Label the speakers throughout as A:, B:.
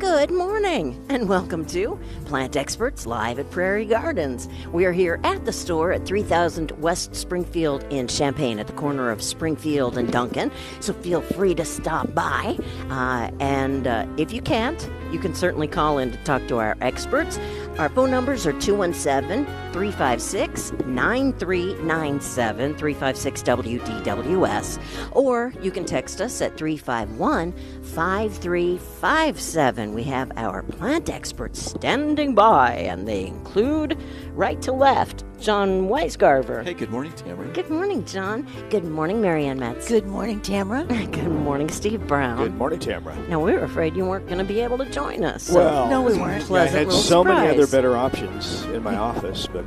A: Good morning, and welcome to Plant Experts Live at Prairie Gardens. We are here at the store at 3000 West Springfield in Champaign, at the corner of Springfield and Duncan. So feel free to stop by. Uh, and uh, if you can't, you can certainly call in to talk to our experts. Our phone numbers are 217 356 9397 356 WDWS, or you can text us at 351 5357. We have our plant experts standing by, and they include right to left John Weisgarver.
B: Hey, good morning, Tamara.
A: Good morning, John. Good morning, Marianne Metz.
C: Good morning, Tamara.
A: Good morning, Steve Brown.
C: Um,
D: Good morning, Tamara.
A: Now, we were afraid you weren't going to be able to join us. So
D: Well,
C: No, we weren't.
D: I
A: pleasant
D: had
A: little
D: so many
A: surprise.
D: other better options in my office, but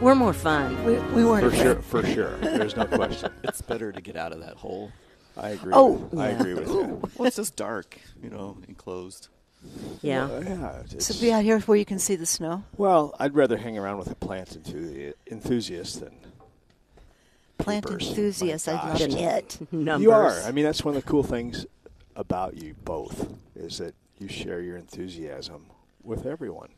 A: We're more fun.
C: We, we weren't.
D: for
C: afraid.
D: sure, for sure, there's no question.
B: It's better to get out of that hole.
D: I agree.
C: Oh,
D: with, I agree with you.
B: Well, it's just dark, you know, enclosed.
A: Yeah.
D: Uh, Yeah, it's-
C: So be out here where you can see the snow.
D: well, I'd rather hang around with a plant enthusi- enthusiast than
C: Plant
D: Keepers. My
C: enthusiast, I
D: gosh.
C: love it.
A: Numbers.
D: you are. I mean, that's one of the cool things about you both is that you share your enthusiasm with everyone.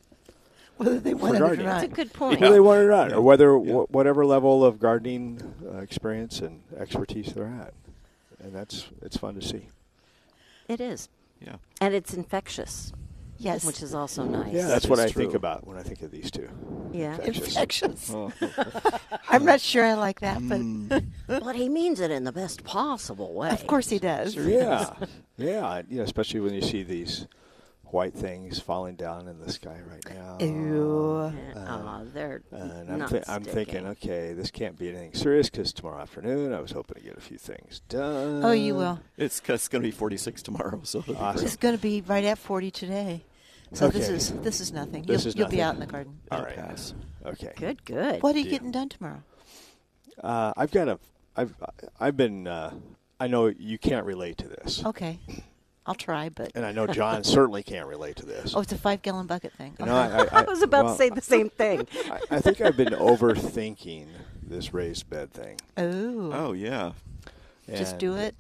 C: Whether they want it or
D: gardening.
C: not.
A: That's a good point.
D: Whether they want it or not, or whether
B: Yeah.
D: wh- whatever level of gardening uh, experience and expertise they're at, and that's it's fun to see.
A: It is.
B: Yeah.
A: And it's infectious,
C: Yes.
A: which is also nice.
D: Yeah,
B: That
D: that's
B: is
D: what I
B: true.
D: think about when I think of these two.
A: Yeah.
D: Infectious.
C: infectious.
D: Oh.
C: I'm not sure I like that, but
D: Mm.
A: But he means it in the best possible way.
C: of course he does.
D: Yeah, yeah, yeah. Especially when you see these white things falling down in the sky right now.
C: Ew.
A: Aw, uh, they're
D: Uh, And I'm,
A: not
D: thi- I'm
A: sticking.
D: thinking, okay, this can't be anything serious because tomorrow afternoon I was hoping to get a few things done.
C: Oh, you will.
B: It's, it's going to be 46 tomorrow, so it'll be
D: Awesome.
B: great.
C: It's going to be right at 40 today. So this
D: Okay.
C: is this is nothing.
D: This
C: you'll,
D: is
C: you'll be
D: nothing.
C: out in the garden.
D: All
B: It'll
D: right.
B: pass.
D: Okay.
A: Good, good.
C: What are you
D: deal.
C: getting done tomorrow?
D: Uh, I've got a. I've I've been. Uh, I know you can't relate to this,
C: Okay, I'll try, but
D: and I know John certainly can't relate to this.
C: oh, it's a five-gallon bucket thing.
D: You know, I,
C: Okay.
D: I,
A: I was about
D: well,
A: to say the same thing.
D: I, I think I've been overthinking this raised bed thing.
C: oh,
B: Oh, yeah.
C: just
D: And,
C: do it.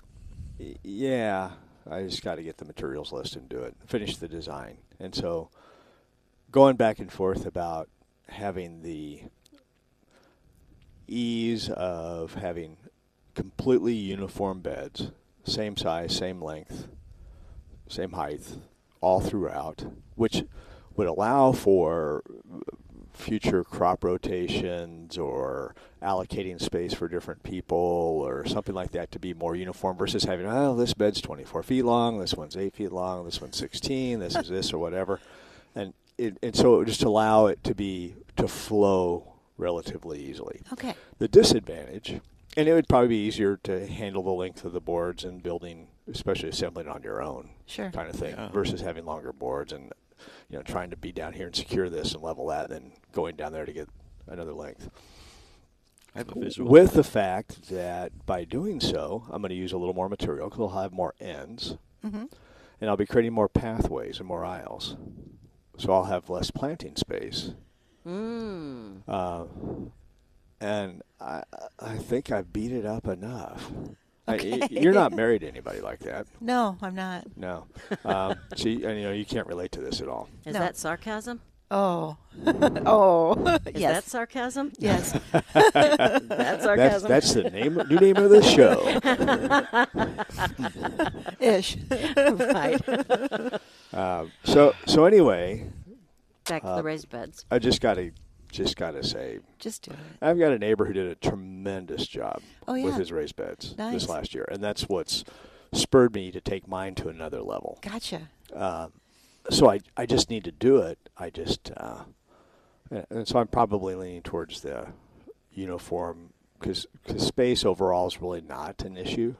D: y- Yeah, I just got to get the materials list and do it. Finish the design, and so going back and forth about having the ease of having completely uniform beds, same size, same length, same height, all throughout, which would allow for future crop rotations or allocating space for different people or something like that to be more uniform versus having, oh, this bed's 24 feet long, this one's 8 feet long, this one's 16, this is this or whatever. And, it, and so it would just allow it to be, to flow relatively easily.
C: Okay.
D: The disadvantage, and it would probably be easier to handle the length of the boards and building, especially assembling on your own,
C: Sure.
D: kind of thing,
B: Yeah.
D: versus having longer boards and you know trying to be down here and secure this and level that, and then going down there to get another length.
B: I have a visual.
D: With the fact that by doing so, I'm going to use a little more material because I'll have more ends, and I'll be creating more pathways and more aisles, so I'll have less planting space
A: Mm.
D: Um, and I I think I beat it up enough. I- y- you're not married to anybody like that,
C: No, I'm not.
D: no. Um, so you, and, you know you can't relate to this at all.
A: Is
C: No.
A: that sarcasm?
C: Oh, oh,
A: Mm. Is
C: yes,
A: that sarcasm?
C: yes.
A: That's
D: That's
A: sarcasm.
D: that's the name new name of the show.
C: Ish.
A: right.
D: Um, so so anyway,
A: Back
D: Uh,
A: to the raised beds.
D: I just gotta just gotta say
C: Just do it.
D: I've got a neighbor who did a tremendous job
C: Oh,
D: with
C: yeah.
D: his raised beds
C: Nice.
D: this last year, and that's what's spurred me to take mine to another level.
C: Gotcha.
D: Um, so I, I just need to do it. I just uh, and- and so I'm probably leaning towards the uniform because space overall is really not an issue.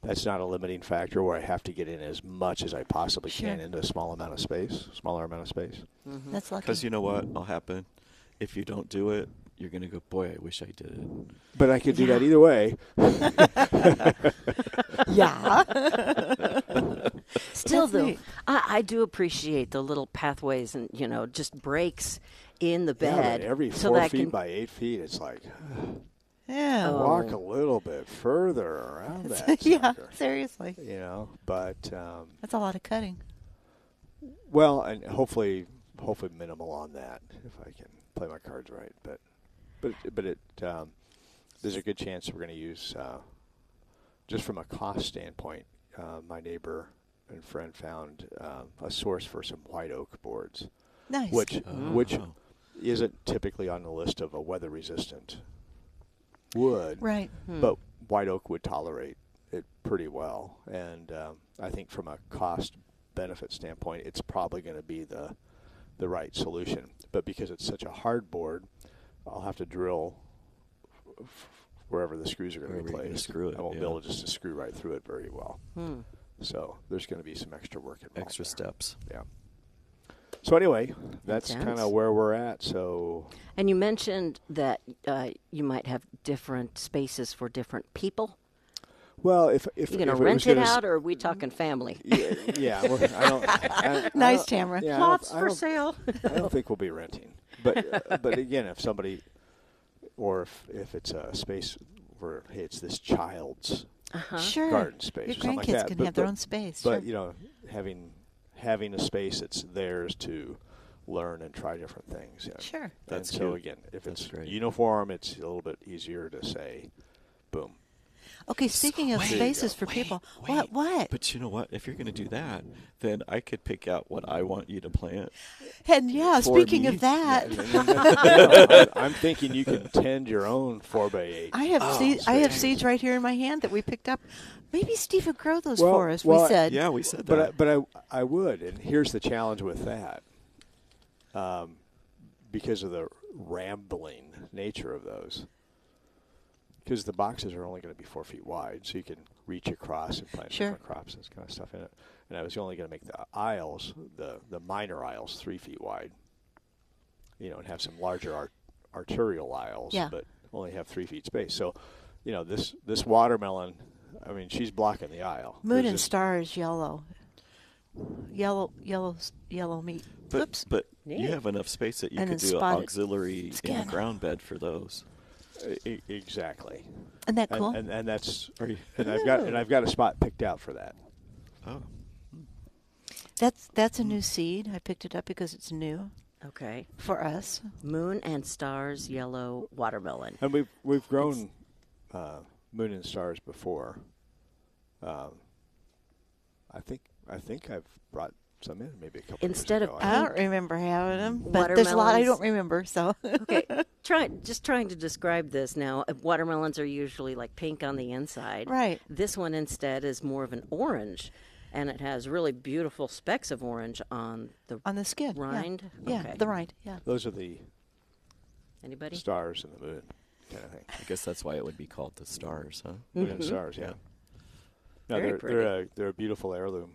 D: That's not a limiting factor where I have to get in as much as I possibly
C: Sure.
D: can into a small amount of space, smaller amount of space.
A: Mm-hmm.
C: That's lucky.
B: Because you know what will happen? If you don't do it, you're going to go, boy, I wish I did it.
D: But I could do that either way.
C: yeah.
A: Oh. Still,
C: That's
A: though,
C: neat.
A: I, I do appreciate the little pathways and, you know, just breaks in the
D: Yeah, but
A: bed.
D: every
A: so
D: four
A: that I
D: feet
A: can-
D: by eight feet, it's like
C: Yeah.
A: Oh.
D: Walk a little bit further around that.
C: yeah,
D: sucker,
C: seriously.
D: You know, but um,
C: That's a lot of cutting.
D: well, and hopefully, hopefully minimal on that if I can play my cards right. But but but it um, there's a good chance we're going to use uh, just from a cost standpoint. Uh, my neighbor and friend found um, a source for some white oak boards,
C: Nice.
D: which which
B: Oh.
D: isn't typically on the list of a weather resistant wood
C: Right.
D: but white oak would tolerate it pretty well. And um, I think from a cost benefit standpoint, it's probably going to be the the right solution. But because it's such a hard board, I'll have to drill wherever the screws are going to
B: Wherever
D: be
B: you're gonna
D: placed.
B: screw it,
D: I won't be
B: yeah.
D: able to just to screw right through it very well.
A: Hmm.
D: So there's going to be some extra work involved.
B: Extra
D: there.
B: steps.
D: Yeah. So anyway, that's
A: Intense.
D: kind of where we're at. So
A: And you mentioned that uh, you might have different spaces for different people.
D: well, if if
A: You gonna
D: if
A: rent
D: it, was
A: it,
D: gonna s-
A: out, or are we talking family?
D: yeah, yeah well, I don't, I, I
C: Nice,
D: don't-
C: Tamara.
D: yeah, I don't-
A: Lots
D: I
A: for
D: don't-
A: sale.
D: I don't think we'll be renting, but uh, but again, if somebody, or if if it's a space where hey, it's this child's
A: Uh-huh.
C: Sure.
D: garden space,
C: Your
D: or something like
C: grandkids
D: that.
C: can
D: but,
C: have their
D: but-
C: own space.
D: But
C: sure.
D: you know, having having a space that's theirs to learn and try different things. you know.
C: Sure.
B: That's
D: and so
B: cute.
D: again, if
B: That's
D: it's
B: great.
D: uniform, it's a little bit easier to say, boom.
C: Okay, speaking of
B: Wait,
C: spaces for
B: wait,
C: people,
B: wait.
C: what? What?
B: But you know what? If you're going to do that, then I could pick out what I want you to plant.
C: and yeah,
B: for
C: speaking
B: me.
C: of that,
D: I'm, I'm thinking you can tend your own four by eight.
C: I have
B: Oh,
C: seeds. I have
B: sorry.
C: seeds right here in my hand that we picked up. Maybe Steve would grow those
D: Well,
C: for us.
D: well,
C: we said.
B: Yeah, we said
D: But I,
B: that.
D: but I I would, and here's the challenge with that, um, because of the rambling nature of those. Because the boxes are only going to be four feet wide, so you can reach across and plant
C: Sure.
D: different crops and kind of stuff in it. And I was only going to make the aisles, the the minor aisles, three feet wide. You know, and have some larger ar- arterial aisles,
C: Yeah.
D: but only have three feet space. So, you know, this this watermelon, I mean, she's blocking the aisle.
C: Moon
D: There's
C: and
D: just-
C: star is yellow. Yellow, yellow, s- yellow meat.
B: But,
C: Oops.
B: but
A: Neat.
B: you have enough space that you
C: And
B: could
C: then
B: do an
C: spotted
B: auxiliary in
C: skin.
B: ground bed for those.
D: E- e- Exactly.
C: Isn't that
D: And,
C: cool?
D: and, and that's
B: Are you-
D: and I've got and I've got a spot picked out for that.
B: Oh,
C: that's that's a new seed. I picked it up because it's new
A: Okay.
C: for us.
A: Moon and stars, yellow watermelon.
D: And we've we've grown uh, moon and stars before. Um, I think I think I've brought some in maybe a couple. years
A: Instead of
D: ago.
C: I
D: I-
C: don't remember having them, but there's a lot I don't remember. So
A: Okay, try just trying to describe this now. Uh, Watermelons are usually like pink on the inside.
C: Right.
A: This one instead is more of an orange, and it has really beautiful specks of orange on the.
C: on the skin, yeah.
A: Rind?
C: Yeah,
A: Okay.
C: the rind. Yeah.
D: those are the
A: Anybody?
D: stars and the moon kind of thing.
B: I guess that's why it would be called the stars, huh?
D: Moon and stars, yeah.
B: Yeah.
D: No,
A: Very
D: they're they're a,
A: pretty.
D: they're a beautiful heirloom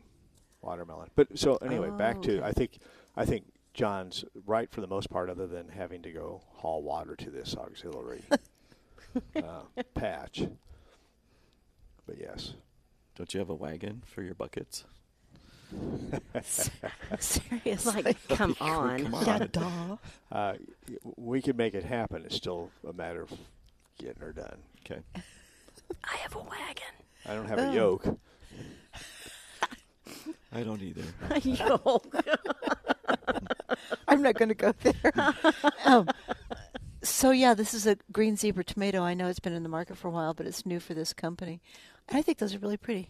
D: watermelon. But so anyway, back to I think I think John's right for the most part, other than having to go haul water to this auxiliary uh, patch. But yes,
B: Don't you have a wagon for your buckets?
C: Seriously.
A: Like, come on.
B: Come
C: Yeah,
B: on.
C: duh.
D: uh, y- we could make it happen. It's still a matter of getting her done.
B: Okay.
A: I have a wagon.
D: I don't have a yoke.
B: I don't either.
A: Yo.
C: I'm not going to go there. um, so yeah, this is a green zebra tomato. I know it's been in the market for a while, but it's new for this company. And I think those are really pretty.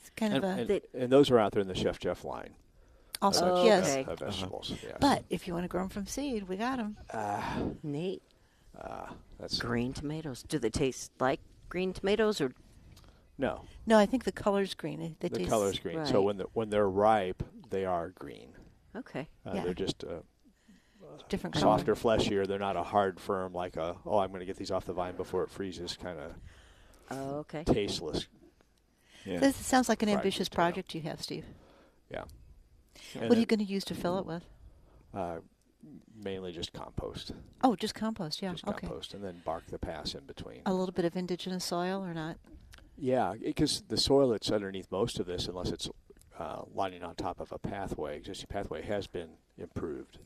C: It's kind
D: And,
C: of a
D: and,
A: They-
D: and those are out there in the Chef Jeff line.
C: also
A: Oh,
C: yes.
A: okay. Uh-huh.
D: of vegetables. yes. Ah,
C: But if you want to grow them from seed, we got them.
A: Neat.
D: that's
A: Green tomatoes. Do they taste like green tomatoes or?
D: no.
C: No, I think the color's green. They- They
D: The
C: taste
D: color's green. So
A: right.
D: when the, when they're ripe, they are green.
A: Okay.
D: Uh,
C: Yeah.
D: They're just uh,
C: different color.
D: softer, fleshier. They're not a hard, firm like a oh, I'm going to get these off the vine before it freezes kind of
A: Oh, okay.
D: tasteless.
B: Yeah.
C: This sounds like an
D: Fried
C: ambitious
D: potato.
C: project you have, Steve.
D: Yeah.
C: what are you going to use to fill it with?
D: uh, mainly just compost.
C: Oh, just compost. Yeah.
D: Just
C: okay.
D: compost, and then bark the pass in between.
C: A little bit of indigenous soil or not?
D: Yeah, because the soil that's underneath most of this, unless it's uh, lining on top of a pathway, existing pathway has been improved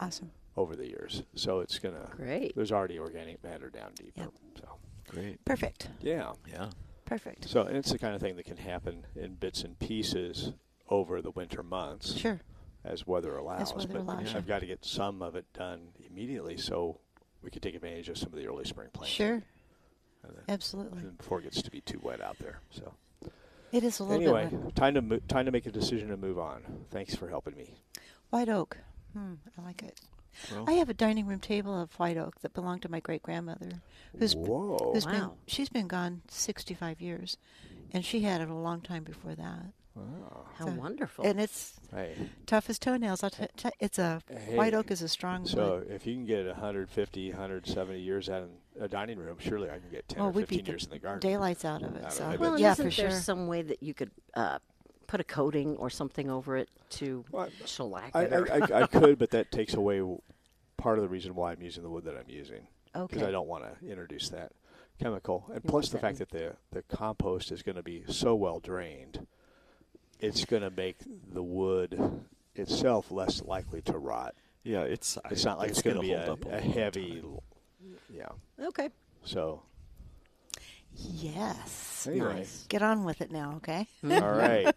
C: Awesome.
D: over the years. So it's gonna
A: Great.
D: There's already organic matter down deeper.
C: Yep.
D: So
B: Great.
C: Perfect.
D: Yeah.
B: Yeah.
C: Perfect.
D: So and it's the kind of thing that can happen in bits and pieces over the winter months
C: Sure.
D: as weather allows.
C: weather
D: but
C: allows,
B: sure.
D: I've got to get some of it done immediately so we can take advantage of some of the early spring planting.
C: Sure.
D: And then-
C: Absolutely.
D: and before it gets to be too wet out there. So
C: It is a little
D: anyway,
C: bit wet.
D: time to mo- time to make a decision and move on. Thanks for helping me.
C: white oak. Hmm, I like it.
B: Well,
C: I have a dining room table of white oak that belonged to my great grandmother, who's
D: Whoa.
C: who's been
A: Wow.
C: she's been gone sixty five years, and she had it a long time before that.
D: Wow.
A: How
C: So-
A: wonderful.
C: And it's
D: Hey.
C: tough as toenails. I'll t- t- it's a white
D: Hey.
C: oak is a strong
D: So
C: wood.
D: if you can get 150, 170 years out in a dining room, surely I can get 10
C: Well,
D: or
C: we
D: 15
C: beat the
D: years in the garden.
C: Oh, daylights out of it.
D: Out of
C: so
D: it, but-
A: well, and
C: yeah,
A: isn't
C: for
A: there
C: sure.
A: some way that you could uh, put a coating or something over it to
D: Well,
A: shellac
D: I,
A: it? or-
D: I, I, I could, but that takes away w- part of the reason why I'm using the wood that I'm using. Because
A: okay.
D: I don't want to introduce that chemical. And
A: You
D: plus
A: want
D: the
A: that
D: fact that the, the compost is going to be so well drained, it's going to make the wood itself less likely to rot.
B: yeah, it's
D: It's not like it's, going to be
B: hold
D: a,
B: up a,
D: a
B: long
D: heavy,
B: time.
D: l- yeah.
A: Okay.
D: So
C: Yes.
D: anyway,
A: Nice.
C: Get on with it now, okay?
D: all right.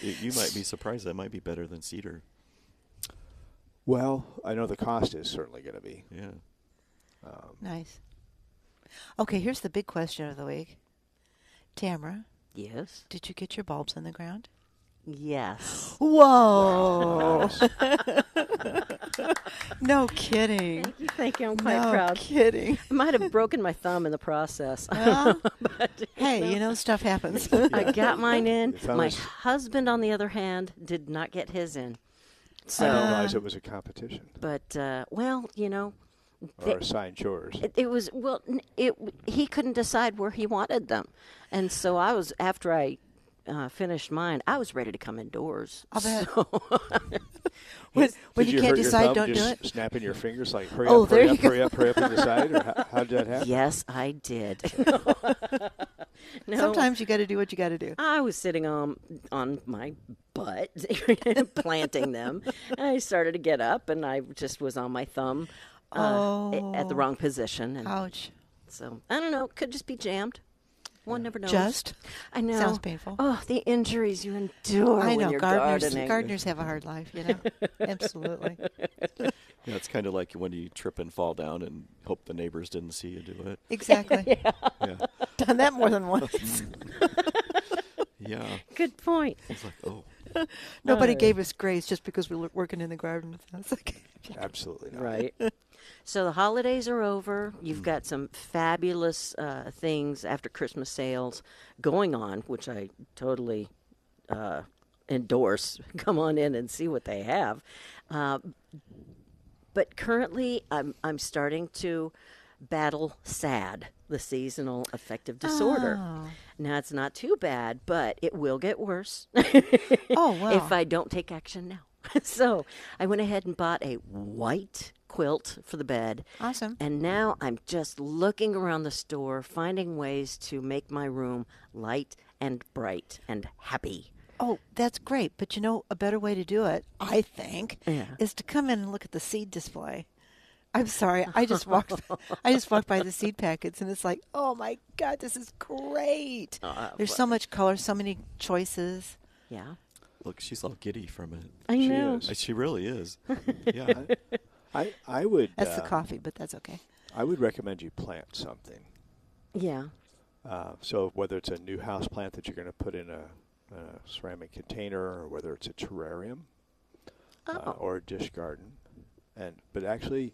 B: You, you might be surprised. That might be better than cedar.
D: Well, I know the cost is certainly going to be.
B: Yeah.
D: Um,
C: Nice. Okay, here's the big question of the week. Tamara,
A: Yes.
C: did you get your bulbs in the ground?
A: Yes.
C: Whoa!
D: nice.
C: no kidding.
A: Thank you. I'm quite
C: No
A: proud.
C: kidding.
A: I might have broken my thumb in the process.
C: Well,
A: but,
C: hey, you know stuff happens.
A: I got mine in.
D: Your thumb
A: My
D: is-
A: husband, on the other hand, did not get his in.
D: I didn't
A: So,
C: Uh,
D: realize it was a competition
A: but uh, well, you know,
D: or assigned chores.
A: it, it was well. n- It he couldn't decide where he wanted them, and so I was after I uh, finished mine, I was ready to come indoors.
C: I'll bet.
A: So,
C: when when
D: Did
C: you, can't
D: hurt your
C: decide,
D: thumb
C: don't do
D: just
C: it.
D: Snapping your fingers like hurry
C: Oh,
D: up, hurry
C: there
D: up,
C: you go.
D: hurry up, hurry up, and decide. Or how, how did that happen?
A: yes, I did. no,
C: Sometimes you got to do what you got to do.
A: I was sitting on on my butt planting them, and I started to get up, and I just was on my thumb uh, a- at the
C: Oh.
A: wrong position, and
C: Ouch.
A: so I don't know. Could just be jammed. One never knows.
C: Just?
A: I know.
C: Sounds painful.
A: Oh, the injuries you endure
C: I
A: Oh, when
C: know
A: you're
C: gardeners.
A: gardening.
C: Gardeners have a hard life, you know. Absolutely.
B: Yeah, it's kind of like when you trip and fall down and hope the neighbors didn't see you do it.
C: Exactly.
B: Yeah.
C: Done that more than once.
B: yeah.
A: Good point.
B: It's like, oh,
C: Nobody gave us grace just because we were working in the garden. That's like,
D: Absolutely not.
A: Right. so the holidays are over.
C: Mm.
A: You've got some fabulous uh, things after Christmas sales going on, which I totally uh, endorse. Come on in and see what they have. Uh, but currently, I'm I'm starting to battle SAD, the seasonal affective disorder.
C: Oh.
A: Now it's not too bad, but it will get worse
C: oh wow.
A: if I don't take action now. so I went ahead and bought a white quilt for the bed.
C: Awesome.
A: And now I'm just looking around the store, finding ways to make my room light and bright and happy.
C: Oh, that's great. But you know, a better way to do it, I think,
A: Yeah.
C: is to come in and look at the seed display. I'm sorry, I just walked. I just walked by the seed packets, and it's like, oh my god, this is great.
A: Ah,
C: There's so much color, so many choices.
A: Yeah.
B: look, she's all giddy from it.
A: I
D: She
A: know.
D: is.
B: Uh, She really is. Yeah.
D: I, I would.
C: That's the
D: uh,
C: coffee, but that's okay.
D: I would recommend you plant something.
A: Yeah.
D: Uh, so whether it's a new house plant that you're going to put in a, a ceramic container, or whether it's a terrarium, uh,
A: Oh.
D: or a dish garden, and but actually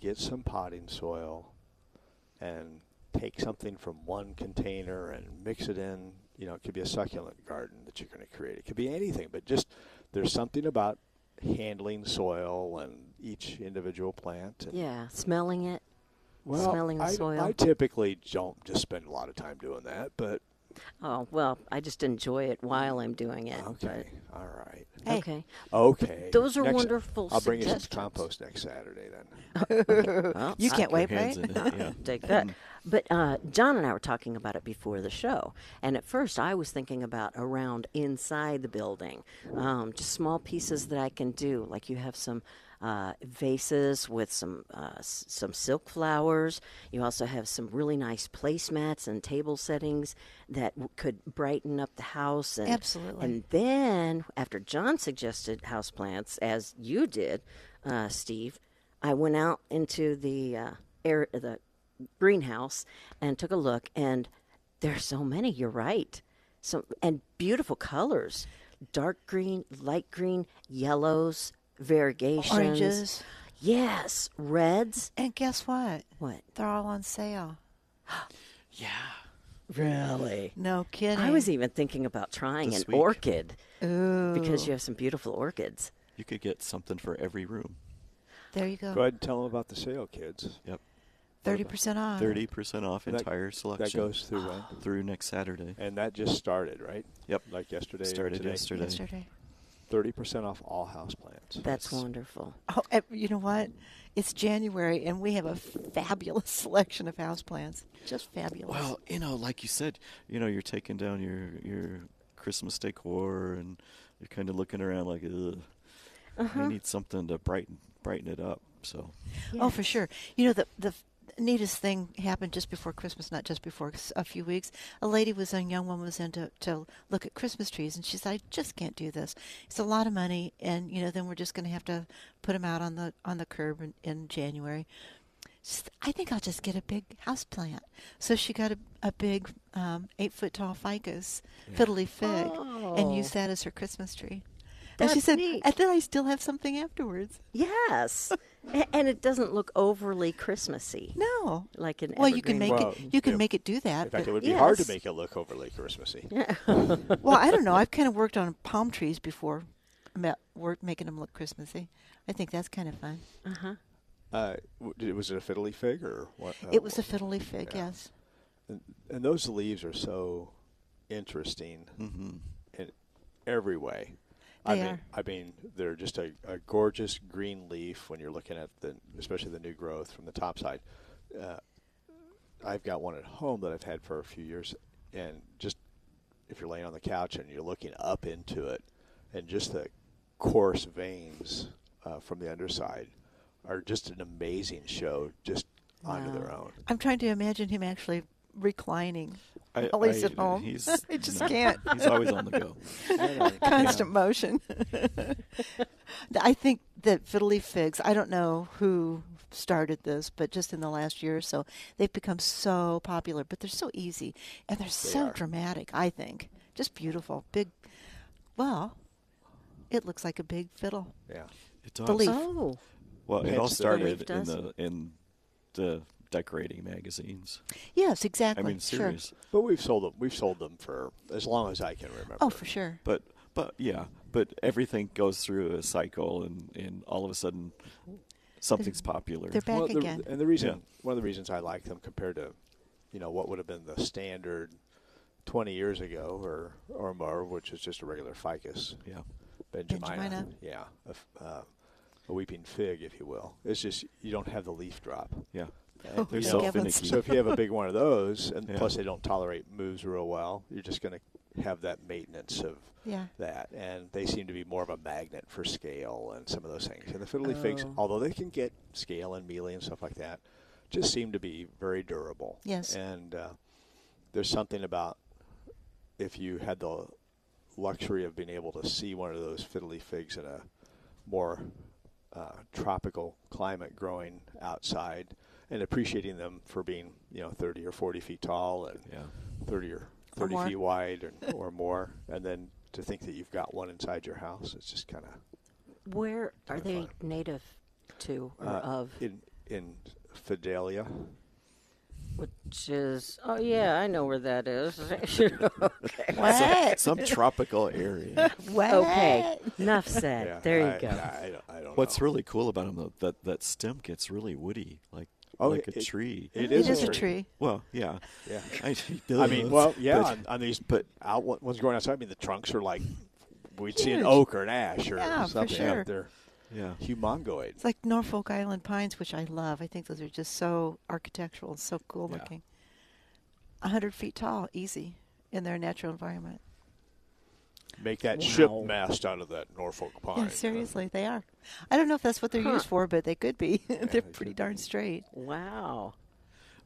D: get some potting soil and take something from one container and mix it in. You know, it could be a succulent garden that you're going to create. It could be anything, but just there's something about handling soil and each individual plant. And
A: Yeah. Smelling it.
D: well,
A: Smelling the
D: I,
A: soil.
D: I typically don't just spend a lot of time doing that, but
A: Oh, well, I just enjoy it while I'm doing it.
D: okay, all right,
A: but-
C: Hey.
A: okay.
D: okay.
A: those are
D: Next-
A: wonderful
D: I'll bring you some
A: suggestions.
D: compost next Saturday then.
A: Well,
C: You
A: I-
C: can't
B: Your
C: wait, right?
B: hands in it, yeah.
A: take that. But uh, John and I were talking about it before the show, and at first I was thinking about around inside the building, um, just small pieces that I can do. Like you have some uh, vases with some uh, s- some silk flowers. You also have some really nice placemats and table settings that w- could brighten up the house. And,
C: Absolutely.
A: And then after John suggested houseplants, as you did, uh, Steve, I went out into the uh, air the greenhouse and took a look and there are so many you're right so and beautiful colors dark green light green yellows variegations
C: Oranges.
A: yes reds
C: And guess what?
A: what
C: They're all on sale.
B: Yeah.
A: really
C: No kidding.
A: i was even thinking about trying
B: This
A: an
B: week.
A: orchid
C: Ooh.
A: because you have some beautiful orchids
B: You could get something for every room.
C: There you go.
D: Go ahead and tell them about the sale, kids.
B: Yep.
C: 30% off.
B: Thirty percent off
D: That-
B: entire selection.
D: That goes through when?
B: through next Saturday.
D: And that just started, right?
B: Yep.
D: Like yesterday.
B: Started yesterday.
C: yesterday.
D: Thirty percent off all house plants.
A: that's
B: Yes.
A: wonderful
C: Oh, eh, you know what? It's January and we have a fabulous selection of houseplants. Just fabulous.
B: Well, you know, like you said, you know, you're taking down your your Christmas decor and you're kind of looking around like, ugh,
C: Uh-huh.
B: I need something to brighten brighten it up. So
C: Oh, for sure. You know, the the f- neatest thing happened just before Christmas, not just before s- a few weeks. A lady was, a young woman was in to, to look at Christmas trees, and she said, "I just can't do this. It's a lot of money, and you know, then we're just going to have to put them out on the on the curb in, in January." She said, I think I'll just get a big house plant. So she got a, a big um, eight foot tall ficus, fiddly fig, and used
A: Oh.
C: that as her Christmas tree. and she
A: That's
C: said,
A: neat.
C: and then I still have something afterwards.
A: yes A- and it doesn't look overly christmassy
C: No,
A: like an
C: well, you can
A: evergreen.
C: make
D: Well,
C: it. You can
D: yeah.
C: make it do that.
D: In fact,
C: but-
D: it would be hard to
A: Yes.
D: make it look overly Christmassy.
C: well, I don't know. I've kind of worked on palm trees before, ma- work making them look Christmassy. I think that's kind of fun.
A: uh-huh
D: Uh, w- did- was it a fiddly fig or what? uh,
C: it was a fiddle leaf fig,
D: yeah.
C: yes.
D: And, and those leaves are so interesting
B: mhm.
D: in every way. I
C: They
D: mean,
C: are.
D: I mean, they're just a, a gorgeous green leaf when you're looking at the, especially the new growth from the top side. Uh, I've got one at home that I've had for a few years, and just if you're laying on the couch and you're looking up into it, and just the coarse veins uh, from the underside are just an amazing show, just onto their
A: Wow.
D: own.
C: I'm trying to imagine him actually reclining,
B: I-
C: at least
B: I-
C: at home.
B: he's-
C: I just
B: no,
C: can't.
B: He's always on the go.
C: Constant motion. I think that fiddle leaf figs. I don't know who started this, but just in the last year or so, they've become so popular. But they're so easy and they're so
D: are.
C: dramatic. I think just beautiful, big. Well, it looks like a big fiddle.
D: Yeah.
B: It does.
C: The leaf.
A: oh
B: Well, it
D: Hence
B: all
D: the-
B: started
A: Leaf
B: in
A: does.
B: the in the decorating magazines.
C: Yes, exactly.
B: I mean,
C: sure.
B: serious.
D: But we've sold them. We've sold them for as long as I can remember.
C: Oh, for sure.
B: But but yeah, but everything goes through a cycle, and and all of a sudden, something's popular.
C: They're back
D: the,
C: again.
D: And the reason,
B: Yeah.
D: one of the reasons I like them compared to, you know, what would have been the standard 20 years ago or or more, which is just a regular ficus,
B: Yeah.
D: Benjamina.
C: Benjamina.
D: Yeah, a, f- uh, a weeping fig, if you will. It's just you don't have the leaf drop.
B: Yeah.
C: Oh,
D: And,
B: They're
D: you
B: so
D: know,
C: Evans.
B: finicky.
D: so if you have a big one of those, and
B: Yeah.
D: plus they don't tolerate moves real well, you're just going to have that maintenance of
C: Yeah.
D: that. And they seem to be more of a magnet for scale and some of those things. And the fiddly figs,
A: Oh.
D: although they can get scale and mealy and stuff like that, just seem to be very durable.
C: Yes.
D: And uh, there's something about if you had the luxury of being able to see one of those fiddly figs in a more uh, tropical climate growing outside and appreciating them for being, you know, 30 or 40 feet tall and
B: Yeah.
D: 30 or 30
C: more.
D: feet wide and, or more. And then to think that you've got one inside your house, it's just kind of
A: Where are
D: Kinda
A: they
D: fun.
A: native to or
D: Uh,
A: of?
D: in, in Fidelia.
A: Which is, oh yeah, I know where that is. okay.
C: What?
B: Some tropical area.
C: what?
A: okay, enough said.
D: Yeah,
A: there you
D: I-
A: go.
D: I, I don't, I don't
B: What's
D: know.
B: really cool about them though that that stem gets really woody, like
D: Oh,
B: like
D: it-
B: a
D: it-
B: tree.
D: it
C: It is a tree.
B: well, yeah.
D: Yeah.
B: I,
D: I mean, well, yeah,
B: but-
D: on, on these
B: but-
D: out ones growing outside. I mean, the trunks are like we'd see an
C: Huge.
D: oak or an ash or
C: Yeah, for
D: something. Yeah,
C: sure.
D: They're
B: yeah.
D: humongoid.
C: It's like Norfolk Island pines, which I love. I think those are just so architectural and so cool
B: Yeah.
C: looking. A hundred feet tall, easy in their natural environment.
D: Make that ship mast out of that Norfolk pine.
C: Yeah, seriously, they are. I don't know if that's what they're
A: Huh.
C: used for, but they could be.
D: they
C: they're pretty
D: could
C: darn straight.
A: Wow.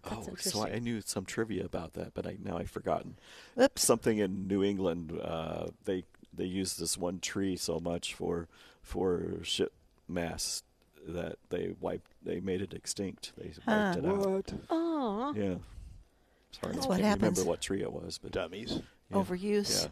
A: That's
B: oh, so I, I
A: interesting.
B: knew some trivia about that, but I now I've forgotten.
C: Oops.
B: Something in New England, uh, they they use this one tree so much for for ship mass that they wiped. They made it extinct. They
C: Huh.
D: Uh,
B: wiped it out.
D: What?
A: Oh.
B: Yeah. It's hard
C: That's
B: to
C: what
B: remember
C: happens.
B: what tree it was, but
D: Dummies.
B: yeah.
C: Overuse.
B: Yeah.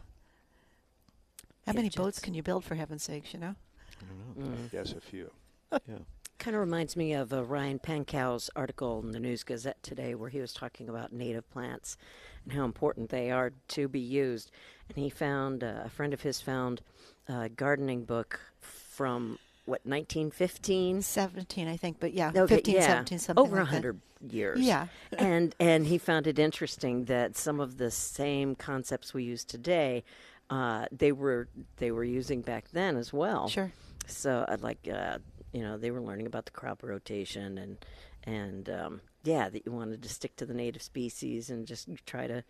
C: How many
A: Gadgets.
C: boats can you build, for heaven's sakes, you know?
B: I don't know.
A: Mm.
D: Yes, a few.
B: Yeah.
A: Kind of reminds me of uh, Ryan Pankow's article in the News Gazette today where he was talking about native plants and how important they are to be used. And he found, uh, a friend of his found a gardening book from, what, 1915?
C: 17, I think, but yeah,
A: No, okay,
C: fifteen, seventeen,
A: yeah.
C: 17, something
A: over a
C: like that.
A: 100 years
C: Yeah.
A: and and he found it interesting that some of the same concepts we use today uh, they were they were using back then as well
C: Sure.
A: so i'd like uh, you know they were learning about the crop rotation and and um, yeah that you wanted to stick to the native species and just try to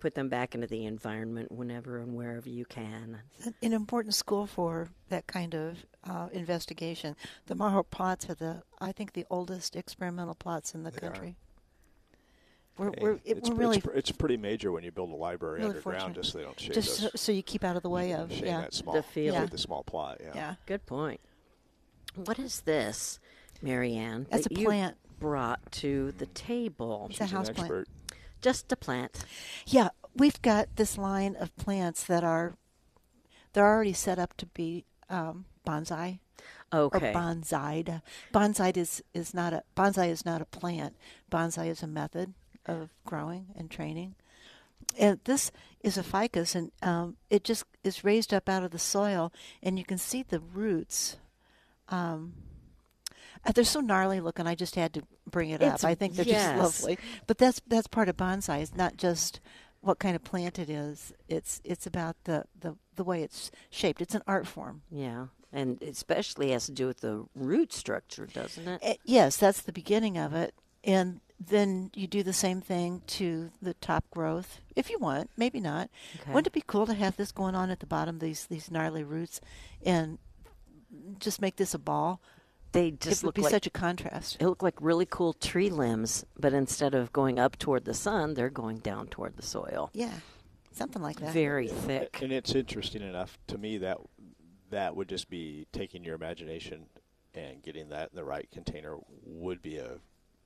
A: put them back into the environment whenever and wherever you can
C: an- an important school for that kind of uh, investigation. The Maho plots are the, I think, the oldest experimental plots in the
D: are.
C: country. We're,
D: Hey,
C: we're, it,
D: it's,
C: we're
D: it's
C: really
D: pr- it's pretty major when you build a library
C: Really
D: underground,
C: fortunate.
D: just so they don't shade
C: just
D: us.
C: so, so you keep out of the way of,
D: shade
C: yeah,
D: that small,
A: The field.
D: shade
C: Yeah.
D: the small plot. Yeah.
C: yeah.
A: Good point. What is this, Marianne?
C: That's
A: that
C: a
A: you
C: plant.
A: brought to the table.
C: It's a
D: She's an
C: houseplant.
D: expert.
A: Just a plant.
C: Yeah, we've got this line of plants that are they're already set up to be um, bonsai
A: Okay.
C: or bonsaied. Bonsai is is not a bonsai is not a plant. Bonsai is a method of growing and training. And this is a ficus, and um, it just is raised up out of the soil, and you can see the roots. Um, uh, they're so gnarly looking. I just had to bring it
A: It's-
C: up. I think they're
A: yes.
C: just lovely. But that's that's part of bonsai. It's not just what kind of plant it is. It's it's about the the, the way it's shaped. It's an art form.
A: yeah. And especially has to do with the root structure, doesn't it?
C: Uh, yes, that's the beginning of it, and then you do the same thing to the top growth if you want. Maybe not.
A: Okay.
C: Wouldn't it be cool to have this going on at the bottom? These these gnarly roots, and just make this a ball.
A: They just
C: it would
A: look
C: be
A: like
C: such a contrast.
A: they look like really cool tree limbs, but instead of going up toward the sun, they're going down toward the soil.
C: Yeah, something like that.
A: Very
D: A-
A: thick.
D: And it's interesting enough to me that that would just be taking your imagination and getting that in the right container would be a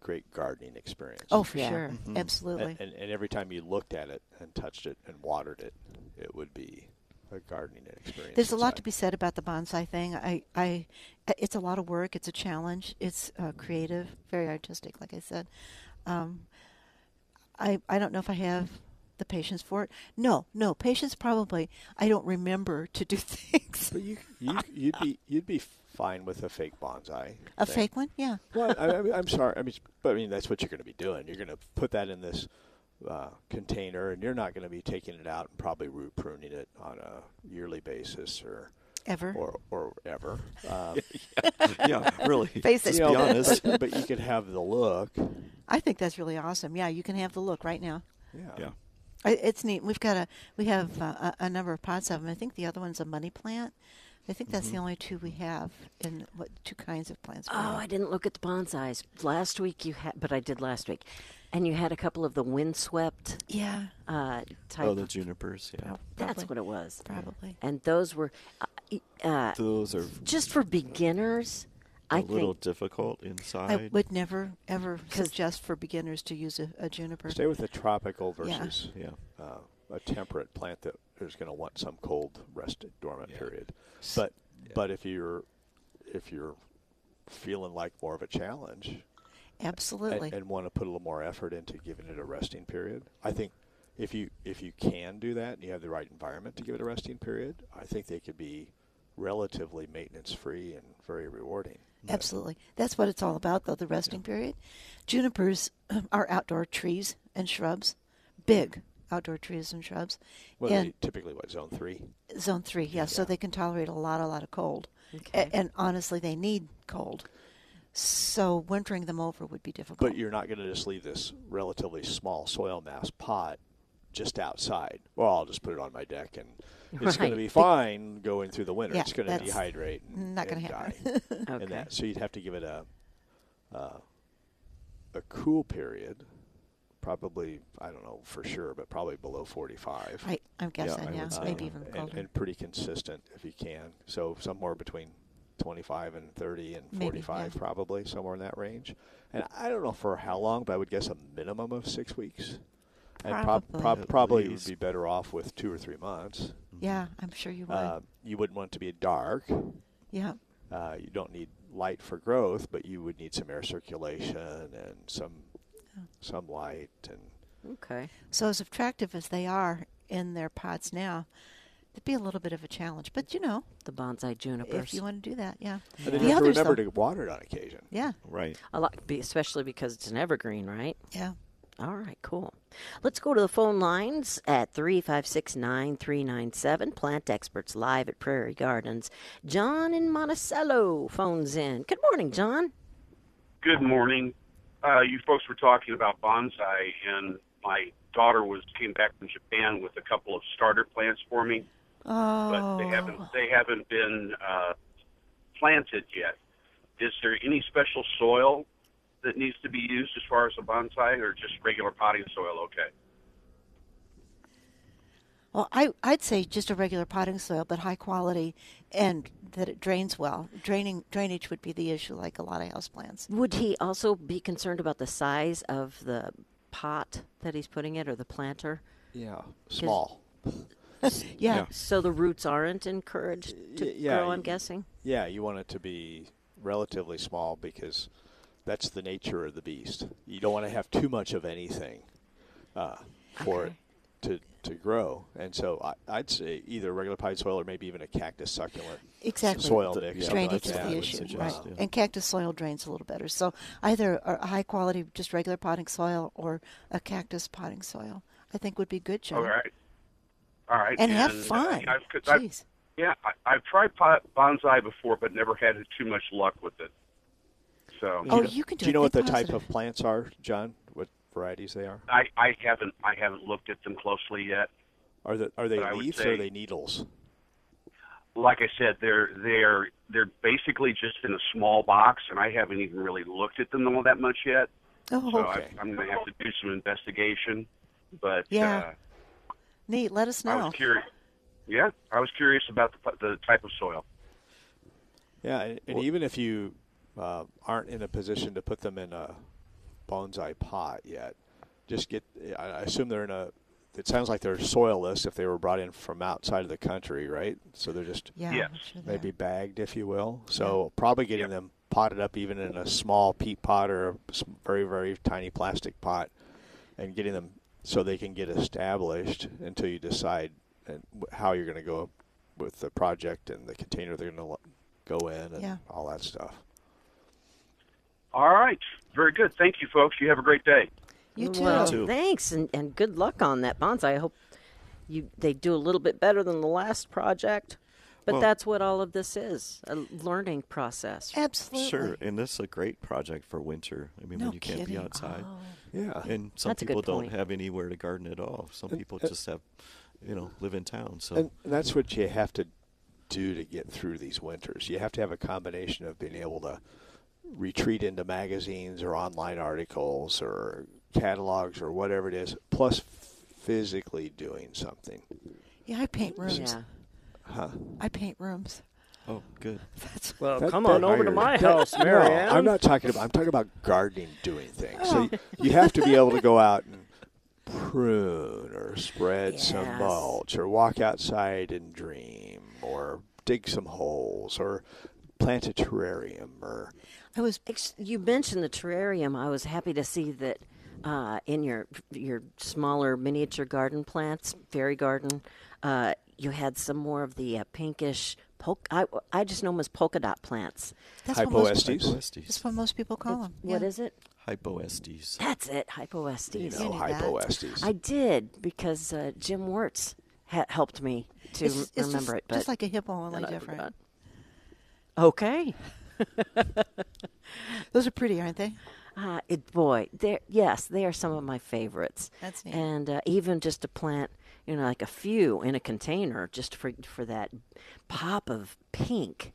D: great gardening experience.
C: oh, for
A: Yeah. Mm-hmm.
C: sure,
B: Mhm.
D: A-
C: absolutely.
D: and, and, every time you looked at it and touched it and watered it, it would be a gardening experience.
C: There's a lot
D: inside.
C: to be said about the bonsai thing. I, I, uh, it's a lot of work. It's a challenge. It's uh, creative, very artistic. Like I said, um, I, I don't know if I have the patience for it. No, no patience. Probably, I don't remember to do things.
D: But you, you, you'd be you'd be fine with a fake bonsai.
C: A
D: thing.
C: fake one, yeah.
D: Well, I, I mean, I'm sorry. I mean, but I mean that's what you're going to be doing. You're going to put that in this uh, container, and you're not going to be taking it out and probably root pruning it on a yearly basis or
C: Ever.
D: or or ever. Um,
B: yeah, really.
C: Face
B: Let's
C: it.
D: you know,
B: be honest.
D: but, but you could have the look.
C: I think that's really awesome. Yeah, you can have the look right now.
D: Yeah.
B: Yeah.
C: I- It's neat. We've got a we have uh, a, a number of pots of them. I think the other one's a money plant. I think that's
D: Mm-hmm.
C: the only two we have in what two kinds of plants. we
A: Oh,
C: have.
A: I didn't look at the bonsais last week. You had, but I did last week, and you had a couple of the windswept
C: yeah,
D: Um,
A: uh, type.
B: Oh, the junipers. Yeah.
A: that's
C: Probably.
A: what it was.
C: probably.
A: and those were uh, e- uh,
B: Those are
A: just for beginners.
B: a
A: I
B: little
A: think
B: difficult
C: I
B: inside.
C: would never ever
A: 'Cause-
C: suggest for beginners to use a, a juniper.
D: Stay with the tropical versus
B: yeah.
D: uh, a temperate plant that is going to want some cold rested dormant
B: Yeah.
D: period. But but if you're if you're feeling like more of a challenge,
C: Absolutely.
D: and, and want to put a little more effort into giving it a resting period. I think if you if you can do that and you have the right environment to give it a resting period, I think they could be relatively maintenance free and very rewarding.
C: Absolutely. That's what it's all about, though. The resting period. Junipers um, are outdoor trees and shrubs, big outdoor trees and shrubs.
D: Well,
C: and
D: they typically what zone three?
C: zone three, yeah, so
D: Yeah.
C: they can tolerate a lot, a lot of cold. A-
A: Okay.
C: and honestly, they need cold. So wintering them over would be difficult.
D: But you're not going to just leave this relatively small soil mass pot just outside. Well, I'll just put it on my deck and it's going
A: Right.
D: to be fine going through the winter.
C: Yeah,
D: it's going to
C: that's
D: dehydrate. And,
C: not gonna
D: and
C: happen.
D: die
A: Okay.
D: and that. So you'd have to give it a uh, a cool period, probably I don't know for sure, but probably below 45.
C: Right, I'm
B: I
C: guessing,
B: would
C: yeah,
B: say
C: maybe
B: so.
C: even
D: and,
C: colder.
D: and pretty consistent if you can. So somewhere between 25 and 30 and
C: Maybe,
D: 45,
C: yeah.
D: probably somewhere in that range. And I don't know for how long, but I would guess a minimum of six weeks. And prob-
C: Probably.
D: prob-
B: At
D: probably would
B: least.
D: be better off with two or three months.
C: Yeah, I'm sure you would.
D: Uh, you wouldn't want it to be dark.
C: yeah,
D: Uh, you don't need light for growth, but you would need some air circulation and some some light and
A: Okay.
C: So as attractive as they are in their pots now, it'd be a little bit of a challenge. But you know,
A: The bonsai junipers.
C: if you want to do that, yeah.
D: and then
C: The
D: you have to
C: others,
D: remember
C: though-
D: to water it on occasion.
C: Yeah,
B: Mm-hmm. Right.
A: A lot, be- especially because it's an evergreen, right?
C: yeah.
A: All right, cool. Let's go to the phone lines at 356 9397. Plant Experts Live at Prairie Gardens. John in Monticello phones in. Good morning, John.
E: Good morning. Uh, you folks were talking about bonsai, and my daughter was came back from Japan with a couple of starter plants for me, but they haven't
C: Oh,
E: they haven't been uh, planted yet. Is there any special soil that needs to be used as far as a bonsai, or just regular potting soil? Okay.
C: well, I I'd say just a regular potting soil, but high quality, and that it drains well. Draining drainage would be the issue, like a lot of houseplants.
A: Would he also be concerned about the size of the pot that he's putting it or the planter?
D: Yeah, small.
C: Yeah,
B: Yeah.
A: So the roots aren't encouraged to
D: Y- yeah,
A: grow, I'm
D: y-
A: guessing?
D: Yeah, you want it to be relatively small because that's the nature of the beast. You don't want to have too much of anything uh, for
A: Okay.
D: it to, to grow. And so I, I'd say either regular potted soil or maybe even a cactus succulent
C: exactly.
D: soil
B: The-
D: mix.
B: yeah,
D: something
C: drainage
D: like
C: is
D: that.
C: the
B: would
C: issue,
B: suggest,
C: right?
B: yeah.
C: And cactus soil drains a little better. So either a high quality, just regular potting soil, or a cactus potting soil, I think would be good, John.
E: All right. All right.
C: Oh. And have
E: uh,
C: fun.
E: I've, 'cause I've-
C: Jeez.
E: yeah, I, I've tried pot, bonsai before, but never had too much luck with it. So
C: Oh, you can do.
D: Do you
C: it.
D: know what the
C: Think
D: type
C: positive.
D: of plants are, John? What varieties they are?
E: I, I haven't I haven't looked at them closely yet.
D: Are the, are they
E: I would
D: leaves or are
E: say-
D: they needles?
E: Like I said, they're they're they're basically just in a small box, and I haven't even really looked at them all that much yet. So
C: Oh,
E: I, I'm gonna have to do some investigation. But
C: Yeah,
E: uh,
C: neat. Let us
E: I
C: know.
E: was curious. Yeah, I was curious about the the type of soil.
D: Yeah, and, and even if you uh, aren't in a position to put them in a bonsai pot yet, just get. I I assume they're in a. It sounds like they're soilless if they were brought in from outside of the country, right? So they're just
C: Yeah,
E: Yes.
C: I'm sure they
D: maybe
C: are.
D: bagged, if you will. So probably getting them potted up, even in a small peat pot or a s- very very tiny plastic pot, and getting them so they can get established until you decide and wh- how you're going to go with the project and the container they're going to go in and
C: Yeah.
D: all that stuff.
E: All right, very good. Thank you, folks. You have a great day.
C: You too.
A: Well,
B: too.
A: thanks and, and good luck on that bonsai. I hope you they do a little bit better than the last project. But
B: Well-
A: that's what all of this is a learning process.
C: Absolutely.
B: Sure, and this is a great project for winter. I mean,
C: No
B: when you can't be
C: kidding.
B: outside,
D: Yeah.
B: and
A: Oh,
B: some
A: That's a good
B: people don't
A: point.
B: have anywhere to garden at all. Some people just have, you know, live in town. So
D: And that's what you have to do to get through these winters. You have to have a combination of being able to retreat into magazines or online articles or catalogs or whatever it is, plus physically doing something.
C: Yeah, I paint rooms.
A: Yeah.
C: I paint rooms.
B: oh, good.
A: Oh,
F: Well,
D: That-
F: come
D: that-
F: on over to my house,
D: No,
F: Mary
D: I'm
F: Ann.
D: not talking about. I'm talking about gardening, doing things. So you, you have to be able to go out and prune or spread some
A: Yes.
D: mulch or walk outside and dream or dig some holes or plant a terrarium or
C: I was
A: Ex- You mentioned the terrarium. I was happy to see that uh, in your your smaller miniature garden plants, fairy garden, uh, you had some more of the uh, pinkish polka. I, I just know them as polka dot plants.
C: that's what most
D: hypoestes.
B: Hypoestes.
C: that's what most people call
D: Oh,
C: them.
A: What is it?
B: Hypoestes.
A: That's it, hypoestes.
D: You
C: You
D: know,
C: knew that.
D: hypoestes.
A: I did because uh, Jim Wertz ha- helped me to
C: It's,
A: m-
C: it's
A: remember
C: just,
A: it. But
C: just like a hippo, only
A: then I
C: different.
A: forgot. Okay.
C: Those are pretty, aren't they?
A: Uh, it, boy, they yes, they are some of my favorites.
C: That's neat.
A: And uh, even just to plant, you know, like a few in a container just for for that pop of pink.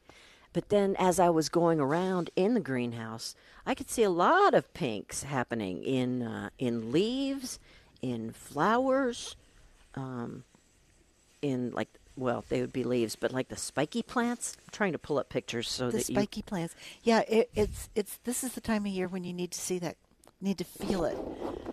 A: But then, as I was going around in the greenhouse, I could see a lot of pinks happening in uh, in leaves, in flowers, um, in like well, they would be leaves, but like the spiky plants. I'm trying to pull up pictures so
C: the
A: that you
C: spiky plants. Yeah, it, it's it's this is the time of year when you need to see that, need to feel it.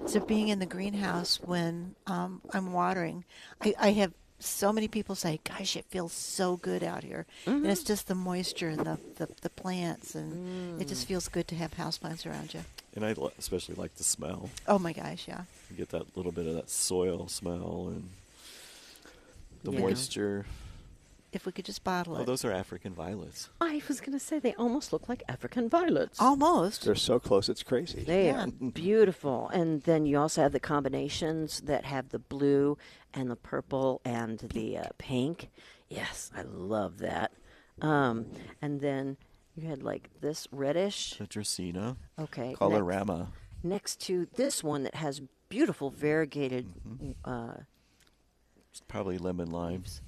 C: So being in the greenhouse when um, I'm watering, I, I have so many people say, "Gosh, it feels so good out here," and
A: Mm-hmm.
C: it's just the moisture and the the, the plants, and it
A: Mm.
C: just feels good to have houseplants around you.
B: And I li- especially like the smell.
C: Oh my gosh, yeah.
B: You get that little bit of that soil smell and the
A: Yeah.
B: moisture.
C: If we could just bottle
B: Oh,
C: it,
B: those are African violets.
A: I was going to say they almost look like African violets.
C: almost.
D: They're so close, it's crazy.
A: They
C: Yeah.
A: are beautiful. And then you also have the combinations that have the blue and the purple and the uh, pink. Yes, I love that. Um, and then you had like this reddish.
B: The Dracaena,
A: Okay. next-
B: Colorama.
A: Next, to this one that has beautiful variegated
B: Mm-hmm.
A: uh,
B: It's probably lemon Oh, limes.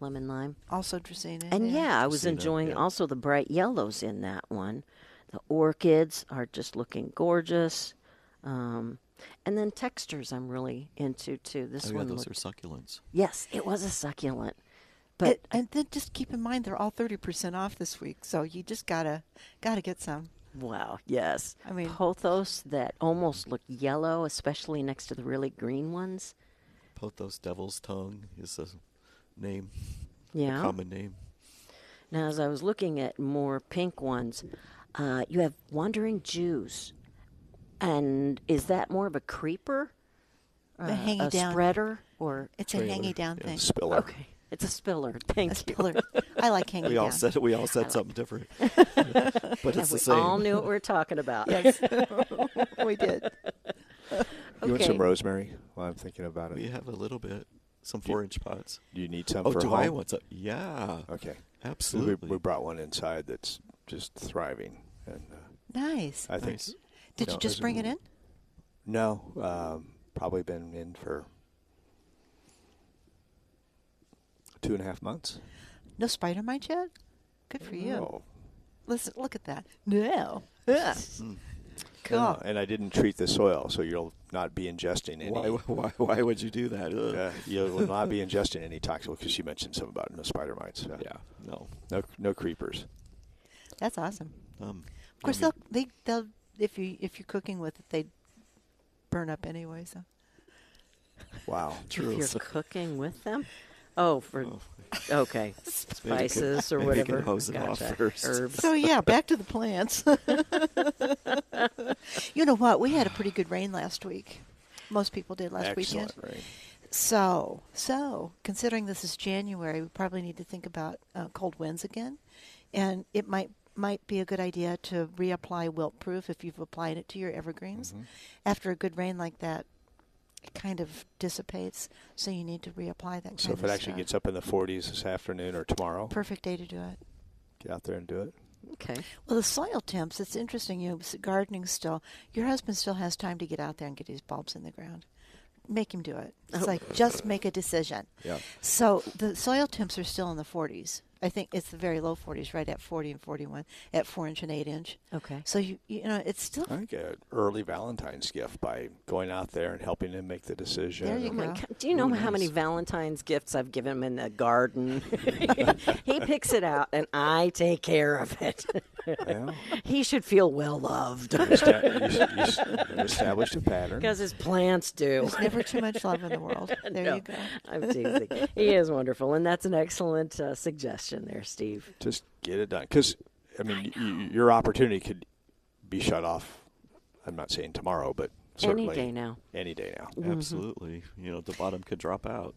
A: lemon lime.
C: Also Dracaena.
A: And yeah, I was
B: See that,
A: enjoying
B: yeah.
A: also the bright yellows in that one. The orchids are just looking gorgeous. Um, and then textures I'm really into too. This
B: Oh,
A: one
B: yeah, those
A: looked-
B: are succulents.
A: Yes, it was a succulent. But
C: It- and then just keep in mind they're all thirty percent off this week, so you just gotta gotta get some.
A: wow, yes.
C: I mean-
A: pothos that almost look yellow, especially next to the really green ones.
B: Pothos Devil's Tongue is a name,
A: Yeah.
B: a common name.
A: Now, as I was looking at more pink ones, uh, you have wandering Jews, and is that more of a creeper, Uh,
C: A hangy
A: a
C: Uh, down.
A: spreader, or
C: It's a hangy down thing.
D: Spiller.
A: okay? It's a spiller. Thank
C: A
A: you.
C: spiller. I like hangy
B: We
C: down.
B: all said we all said something different, but
A: And
B: it's
A: we
B: the same.
A: all knew what we were talking about.
C: Yes, we did.
D: You want
A: Okay.
D: some rosemary? While I'm thinking about it,
B: we have a little bit, some four-inch pots.
D: do you need some
B: Oh,
D: for
B: do
D: home?
B: I want some? Yeah,
D: Okay, So we,
B: absolutely.
D: we brought one inside that's just thriving, and uh,
C: Nice.
D: I think
B: Nice.
C: Did
D: you
C: you
D: know,
C: just
D: as
C: bring
D: in-
C: it in?
D: no, um, probably been in for two and a half months.
C: No spider mite yet? Good for you.
D: Oh,
C: Listen, look at that. No. Yeah.
D: yeah,
C: Cool.
D: and I didn't treat the soil, so you'll not be ingesting any.
B: Why, why, why would you do that? Ugh.
D: Uh, you will not be ingesting any toxic because you mentioned something about no spider mites. so
B: Yeah, no.
D: no, no creepers.
C: That's awesome.
B: Um,
C: Of course,
B: I mean,
C: they'll they they'll if you if you're cooking with it, they burn up anyway. So
D: Wow.
A: If
B: true.
A: you're cooking with them, oh, for okay,
B: maybe you could-
A: spices or
B: maybe you could
A: whatever.
B: hose it off first.
A: Herbs.
C: so yeah, back to the plants. you know what? We had a pretty good rain last week. Most people did last weekend.
D: Excellent. Right.
C: So, so considering this is January, we probably need to think about uh, cold winds again, and it might might be a good idea to reapply wilt proof if you've applied it to your evergreens.
D: Mm-hmm.
C: After a good rain like that, it kind of dissipates, so you need to reapply that. Kind
D: So if
C: of
D: it actually
C: stuff.
D: gets up in the 40s this afternoon or tomorrow,
C: perfect day to do it.
D: get out there and do it.
A: Okay.
C: Well, the soil temps. It's interesting. You know, s- gardening still. Your husband still has time to get out there and get his bulbs in the ground. Make him do it.
D: Oh.
C: It's like just make a decision.
D: Yeah.
C: So the soil temps are still in the 40s. I think it's the very low 40s, right at 40 and 41, at four inch and eight inch.
A: Okay.
C: So you you know it's still
D: I think an early Valentine's gift by going out there and helping him make the decision.
C: There you
A: Oh my
C: Yeah.
A: God. Do you know how many Valentine's gifts I've given him in the garden? he picks it out and I take care of it.
D: Well,
A: he should feel well loved
D: you esta- you s- you s- you established a pattern.
A: because his plants do.
C: never too much love in the world. There
A: No,
C: you go.
A: I'm teasing. He is wonderful, and that's an excellent uh, suggestion there, Steve.
D: Just get it done. Because, I mean, y- y- your opportunity could be shut off. I'm not saying tomorrow, but certainly.
A: Any day now.
D: Any day now.
B: absolutely. You know, the bottom could drop out.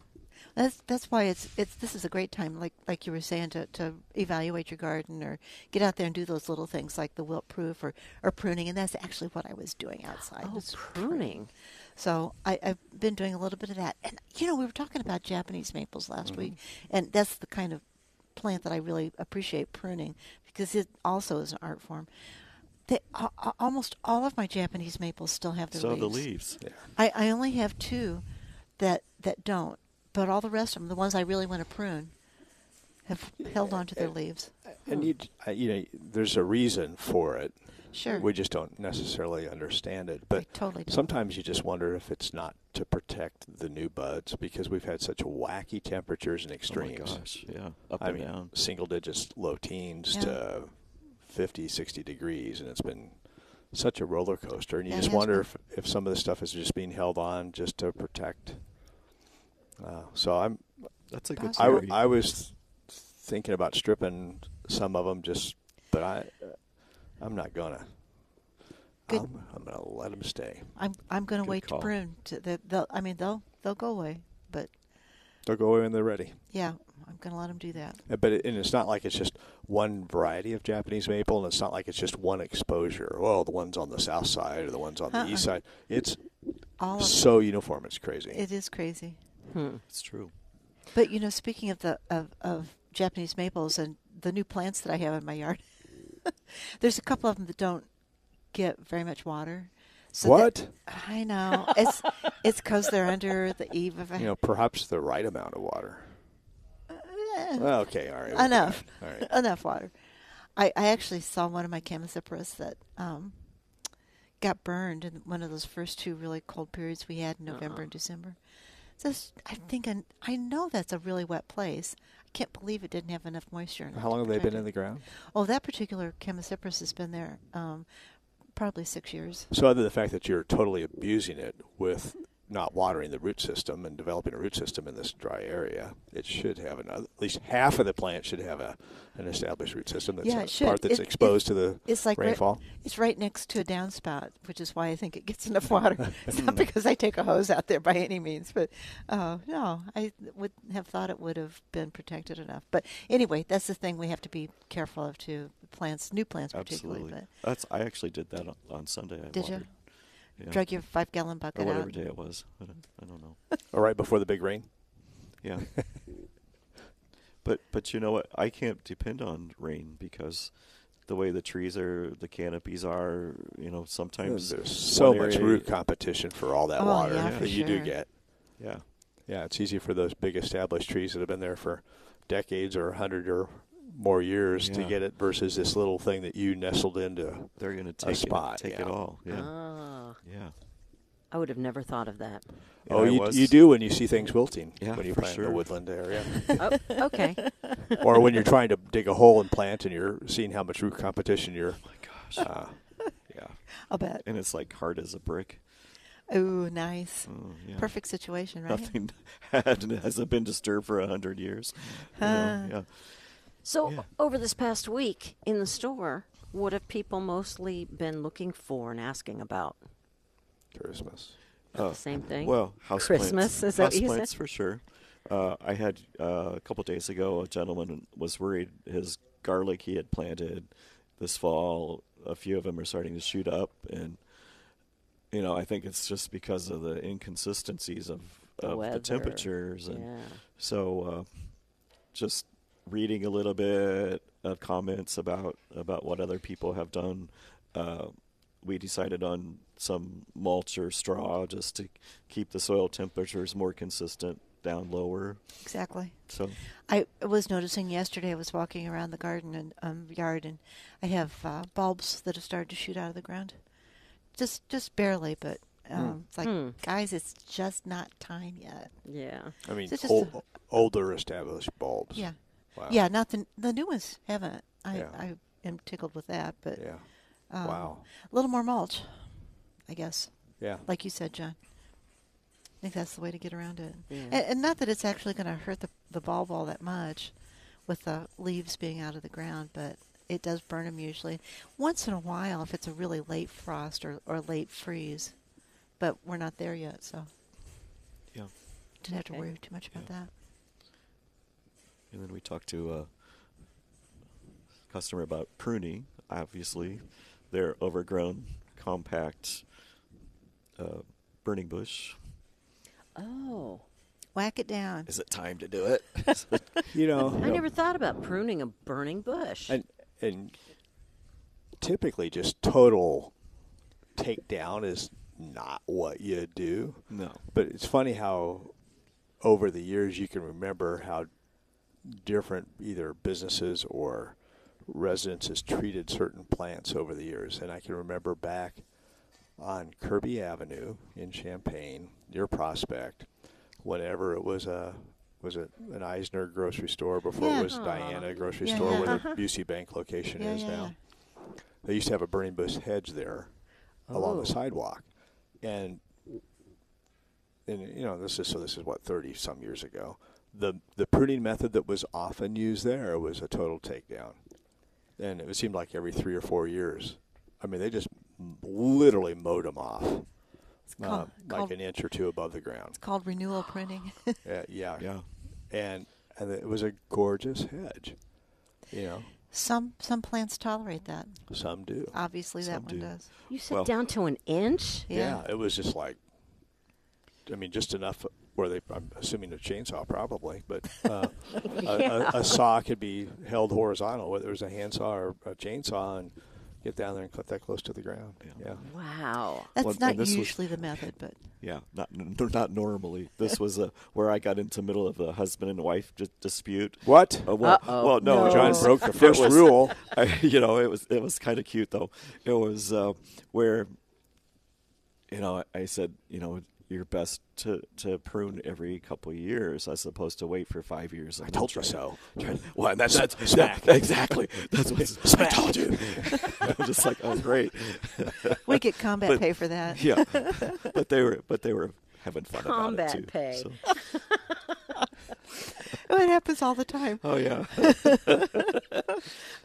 C: That's that's why it's it's this is a great time, like like you were saying, to, to evaluate your garden or get out there and do those little things like the wilt proof or, or pruning, and that's actually what I was doing outside.
A: Oh,
C: was
A: pruning.
C: So I, I've been doing a little bit of that, and you know we were talking about Japanese maples last
B: Mm-hmm.
C: week, and that's the kind of plant that I really appreciate pruning because it also is an art form. They, a- a- almost all of my Japanese maples still have their
B: so
C: leaves.
B: the leaves. Oh
D: Yeah.
C: I, I only have two that that don't, but all the rest of them, the ones I really want to prune, have held on to their leaves.
D: And you, I- you know, there's a reason for it.
C: Sure.
D: We just don't necessarily understand it. But
C: totally don't.
D: sometimes you just wonder if it's not to protect the new buds because we've had such wacky temperatures and
B: Oh my
D: extremes.
B: gosh, yeah, up
D: I
B: and
D: mean,
B: down.
D: single digits, low teens
C: Yeah.
D: to 50, 60 degrees, and it's been such a roller coaster. And you
C: Yeah, it
D: just
C: has
D: wonder
C: been.
D: if, if some of this stuff is just being held on just to protect. Uh, so I'm
B: That's a good
C: I
D: I,
B: theory.
D: I was thinking about stripping some of them just, but I I'm not gonna.
C: Good.
D: I'm, I'm gonna let them stay.
C: I'm I'm going to
B: Good
C: wait
B: call.
C: to prune. To, they, they'll, I mean, they'll they'll go away, but
D: They'll go away when they're ready.
C: yeah, I'm going to let them do that.
D: Uh, But it, and it's not like it's just one variety of Japanese maple, and it's not like it's just one exposure. Oh, the ones on the south side or the ones on the east
C: Uh-uh.
D: side. It's
C: All of
D: so uniform. It's crazy.
C: it is crazy.
B: it's true.
C: But you know, speaking of the of, of Japanese maples and the new plants that I have in my yard, there's a couple of them that don't get very much water. So that-
D: what?
C: I know it's it's because they're under the eve of a
D: You know, perhaps the right amount of water.
C: eh,
D: Well, okay, all right. we'll do
C: enough
D: that. All right.
C: enough water. I, I actually saw one of my camisipras that um, got burned in one of those first two really cold periods we
D: Uh-huh.
C: had in November and December. So it's- I think I, I know that's a really wet place. I can't believe it didn't have enough moisture. in it
D: How
C: to
D: long have they
C: protect
D: been in
C: it.
D: the ground?
C: Oh, that particular chemisipris has been there um, probably six years.
D: So, other than the fact that you're totally abusing it with not watering the root system and developing a root system in this dry area, it should have another. At least half of the plant should have a an established root system. That's
C: Yeah,
D: a
C: it should.
D: part that's
C: It-
D: exposed
C: it-
D: to the
C: It's like right-
D: rainfall.
C: it's right next to a downspout, which is why I think it gets enough water. it's not because I take a hose out there by any means, but uh, no, I would have thought it would have been protected enough. But anyway, that's the thing we have to be careful of too. Plants, new plants particularly,
B: Absolutely. That's. I actually did that on, on Sunday. I
C: Did you?
B: watered.
C: but drug your five gallon bucket
B: or whatever
C: out.
B: day it was. I don't, I don't know.
D: All Oh, right before the big rain.
B: Yeah. but but you know what? I can't depend on rain because the way the trees are, the canopies are, you know, sometimes
D: There's so
B: one
D: much
B: area-
D: root competition for all that
C: Oh,
D: water
C: yeah,
B: for
D: that you do
C: sure.
D: get.
B: Yeah.
D: Yeah, it's easy for those big established trees that have been there for decades or a hundred or more years to
B: Yeah.
D: get it versus this little thing that you nestled into.
B: They're going to take
D: spot,
B: it, take
D: yeah.
B: it all. Yeah.
A: Ah,
B: yeah.
A: I would have never thought of that.
B: Yeah,
D: oh,
B: I
D: you,
B: was-
D: you do when you see things wilting
B: Yeah,
D: when you
B: for
D: plant in
B: sure.
D: the woodland area,
A: Oh, okay.
D: or when you're trying to dig a hole and plant, and you're seeing how much root competition you're.
B: Gosh.
D: Uh,
B: yeah.
C: I'll bet.
B: And it's like hard as a brick.
C: Ooh, nice.
D: Mm,
B: Oh, yeah.
C: Perfect situation, right?
B: Nothing had, hasn't been disturbed for a hundred years. You know, yeah.
A: So,
B: Yeah.
A: over this past week in the store, what have people mostly been looking for and asking about?
D: Christmas.
B: Oh,
A: the same thing?
B: Well, house
A: Christmas,
B: plants.
A: is that what
B: house
A: you said?
B: plants for sure. Uh, I had uh, a couple days ago a gentleman was worried his garlic he had planted this fall. A few of them are starting to shoot up, and you know I think it's just because of the inconsistencies of
A: The
B: of
A: weather.
B: the temperatures, and
A: Yeah.
B: so uh, just reading a little bit of comments about about what other people have done. Uh, we decided on some mulch or straw just to keep the soil temperatures more consistent down lower.
C: Exactly.
B: So
C: I was noticing yesterday. I was walking around the garden and um, yard, and I have uh, bulbs that have started to shoot out of the ground, just just barely. But
D: Hmm.
C: um, it's like, guys, it's just not time yet.
A: Yeah.
B: Uh,
D: I mean,
C: So it's just
D: ol
C: a-
D: older established bulbs.
C: Yeah,
D: Wow.
C: yeah. Not the the new ones haven't. I
D: Yeah.
C: I am tickled with that, but
D: Yeah.
C: um,
D: wow.
C: a little more mulch, I guess.
D: Yeah.
C: Like you said, John. I think that's the way to get around it.
A: Yeah.
C: And, and not that it's actually going to hurt the, the bulb all that much with the leaves being out of the ground, but it does burn them usually. Once in a while, if it's a really late frost or, or late freeze, but we're not there yet, so
B: yeah,
C: didn't have to
A: Okay.
C: worry too much about
B: Yeah.
C: that.
B: and then we talked to a customer about pruning. Obviously, their overgrown, compact uh, burning bush.
A: Oh.
C: Whack it down.
B: Is it time to do it?
D: You know.
A: I never thought about pruning a burning bush.
D: And and typically just total takedown is not what you do.
B: No.
D: But it's funny how over the years you can remember how different either businesses or residences treated certain plants over the years. And I can remember back on Kirby Avenue in Champaign, near Prospect, whenever it was a was it an Eisner grocery store before
C: Yeah.
D: it was Diana grocery
C: Yeah,
D: store
C: yeah. Uh-huh.
D: where the UC Bank location
C: Yeah,
D: is
C: yeah,
D: now. They used to have a burning bush hedge there along
A: Oh.
D: the sidewalk, and and you know this is so this is what thirty some years ago. The the pruning method that was often used there was a total takedown, and it seemed like every three or four years. I mean, they just m- literally mowed them off,
C: called-
D: um, like
C: called-
D: an inch or two above the ground.
C: Called renewal printing.
D: Yeah, yeah,
B: Yeah.
D: and and it was a gorgeous hedge. You know,
C: some some plants tolerate that.
D: some do.
C: Obviously, that
B: Some
C: one
B: do.
C: does.
A: You said
B: Well-
A: down to an inch?
D: Yeah. it was just like, I mean, just enough where they, I'm assuming a chainsaw probably, but uh, a, a, a saw could be held horizontal, whether it was a handsaw or a chainsaw, and get down there and cut that close to the ground. Yeah.
A: Wow.
C: That's
B: Well, and
C: not
B: this was-
C: usually the method, but
B: Yeah, not n- not normally. This was a, where I got into middle of a husband and wife d- dispute.
D: What?
B: Uh, well,
A: Uh-oh.
B: well, no,
A: No.
B: it
D: Oh, John
B: was-
D: broke the
B: it
D: first
B: was-
D: rule.
B: I, you know, it was it was kind of cute though. It was uh, where, you know, I said, you know, you're best to, to prune every couple of years as opposed to wait for five years. I
D: told you so.
B: well, and that's,
D: S-
B: that's
D: smack.
B: that- exactly. That's what I
D: Smack.
B: told you. I'm just like, oh, great.
C: we get combat
B: But-
C: pay for that.
B: yeah, but they were but they were having fun
A: Combat
B: about it too.
A: pay.
B: so-
C: Oh, it happens all the time.
B: oh yeah.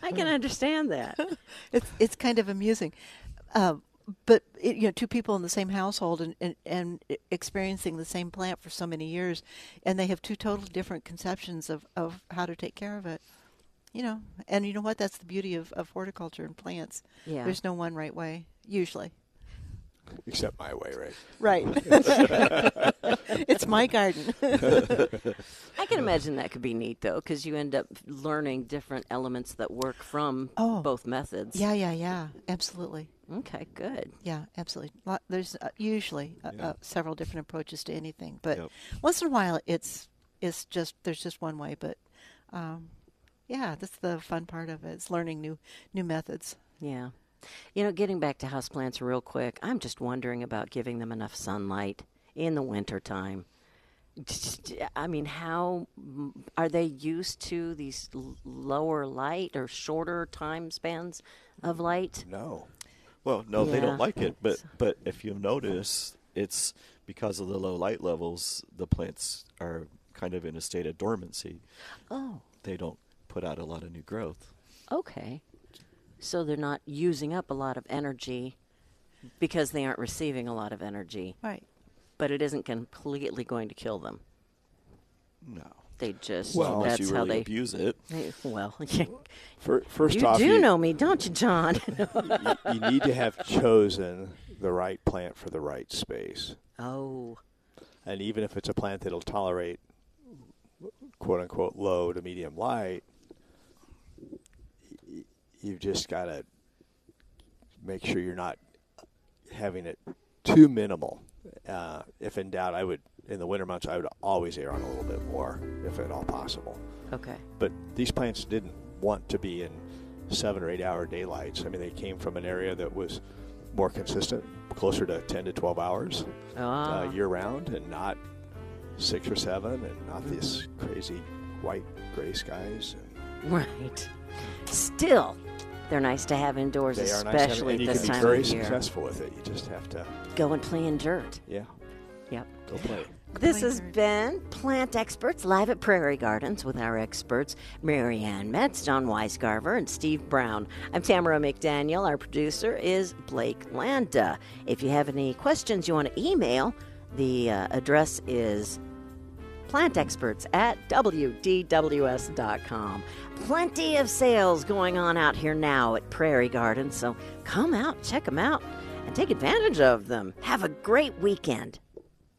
A: I
B: Hmm.
A: can understand that.
C: It's it's kind of amusing, um, but it, you know, two people in the same household and, and and e, experiencing the same plant for so many years, and they have two totally different conceptions of of how to take care of it. You know, and you know what? That's the beauty of, of horticulture and plants.
A: Yeah.
C: There's no one right way usually.
D: Except my way, right?
C: Right. it's my garden.
A: I can imagine that could be neat though, because you end up learning different elements that work from
C: Oh.
A: both methods.
C: yeah, yeah, yeah. Absolutely.
A: Okay. Good.
C: Yeah, absolutely. Lot- There's uh, usually uh, uh, several different approaches to anything, but
B: Yep.
C: once in a while, it's it's just there's just one way. But um, yeah, that's the fun part of it. It's learning new new methods.
A: Yeah. You know, getting back to houseplants real quick, I'm just wondering about giving them enough sunlight in the wintertime. Just- I mean, how m- are they used to these l- lower light or shorter time spans of light?
D: No.
B: Well, no, they
A: Yeah.
B: don't like it. But but if you notice, it's because of the low light levels, the plants are kind of in a state of dormancy.
A: Oh,
B: They don't put out a lot of new growth.
A: okay. So they're not using up a lot of energy because they aren't receiving a lot of energy,
C: Right.
A: but it isn't completely going to kill them.
B: No.
A: They just
D: Well,
B: Unless
A: that's
B: you
A: how
B: really
A: they,
B: abuse it.
A: they well, yeah.
D: Fir- First
A: you
D: off,
A: do know me, don't you, John?
D: you, you need to have chosen the right plant for the right space.
A: oh,
D: and even if it's a plant that'll tolerate quote unquote low to medium light y- you've just got to make sure you're not having it too minimal uh, if in doubt i would in the winter months i would always air on a little bit more if at all possible
A: okay.
D: but these plants didn't want to be in seven or eight hour daylights i mean they came from an area that was more consistent closer to 10 to 12 hours
A: Ah,
D: uh, year round and not six or seven and not
A: Mm-hmm.
D: these crazy white gray skies. And
A: right. Still, they're nice to have indoors,
D: they are nice to have,
A: especially
D: and you
A: at this
D: can be
A: time
D: very
A: of year.
D: successful with it. You just have to,
A: Go and play in dirt.
D: yeah,
A: Yep.
D: go play.
A: This
C: Play
A: has
C: dirt.
A: been Plant Experts live at Prairie Gardens with our experts Marianne Metz, John Weisgarver, and Steve Brown. I'm Tamara McDaniel. Our producer is Blake Landa. If you have any questions you want to email, the uh, address is plantexperts at wdws.com. Plenty of sales going on out here now at Prairie Gardens, so come out, check them out, and take advantage of them. Have a great weekend.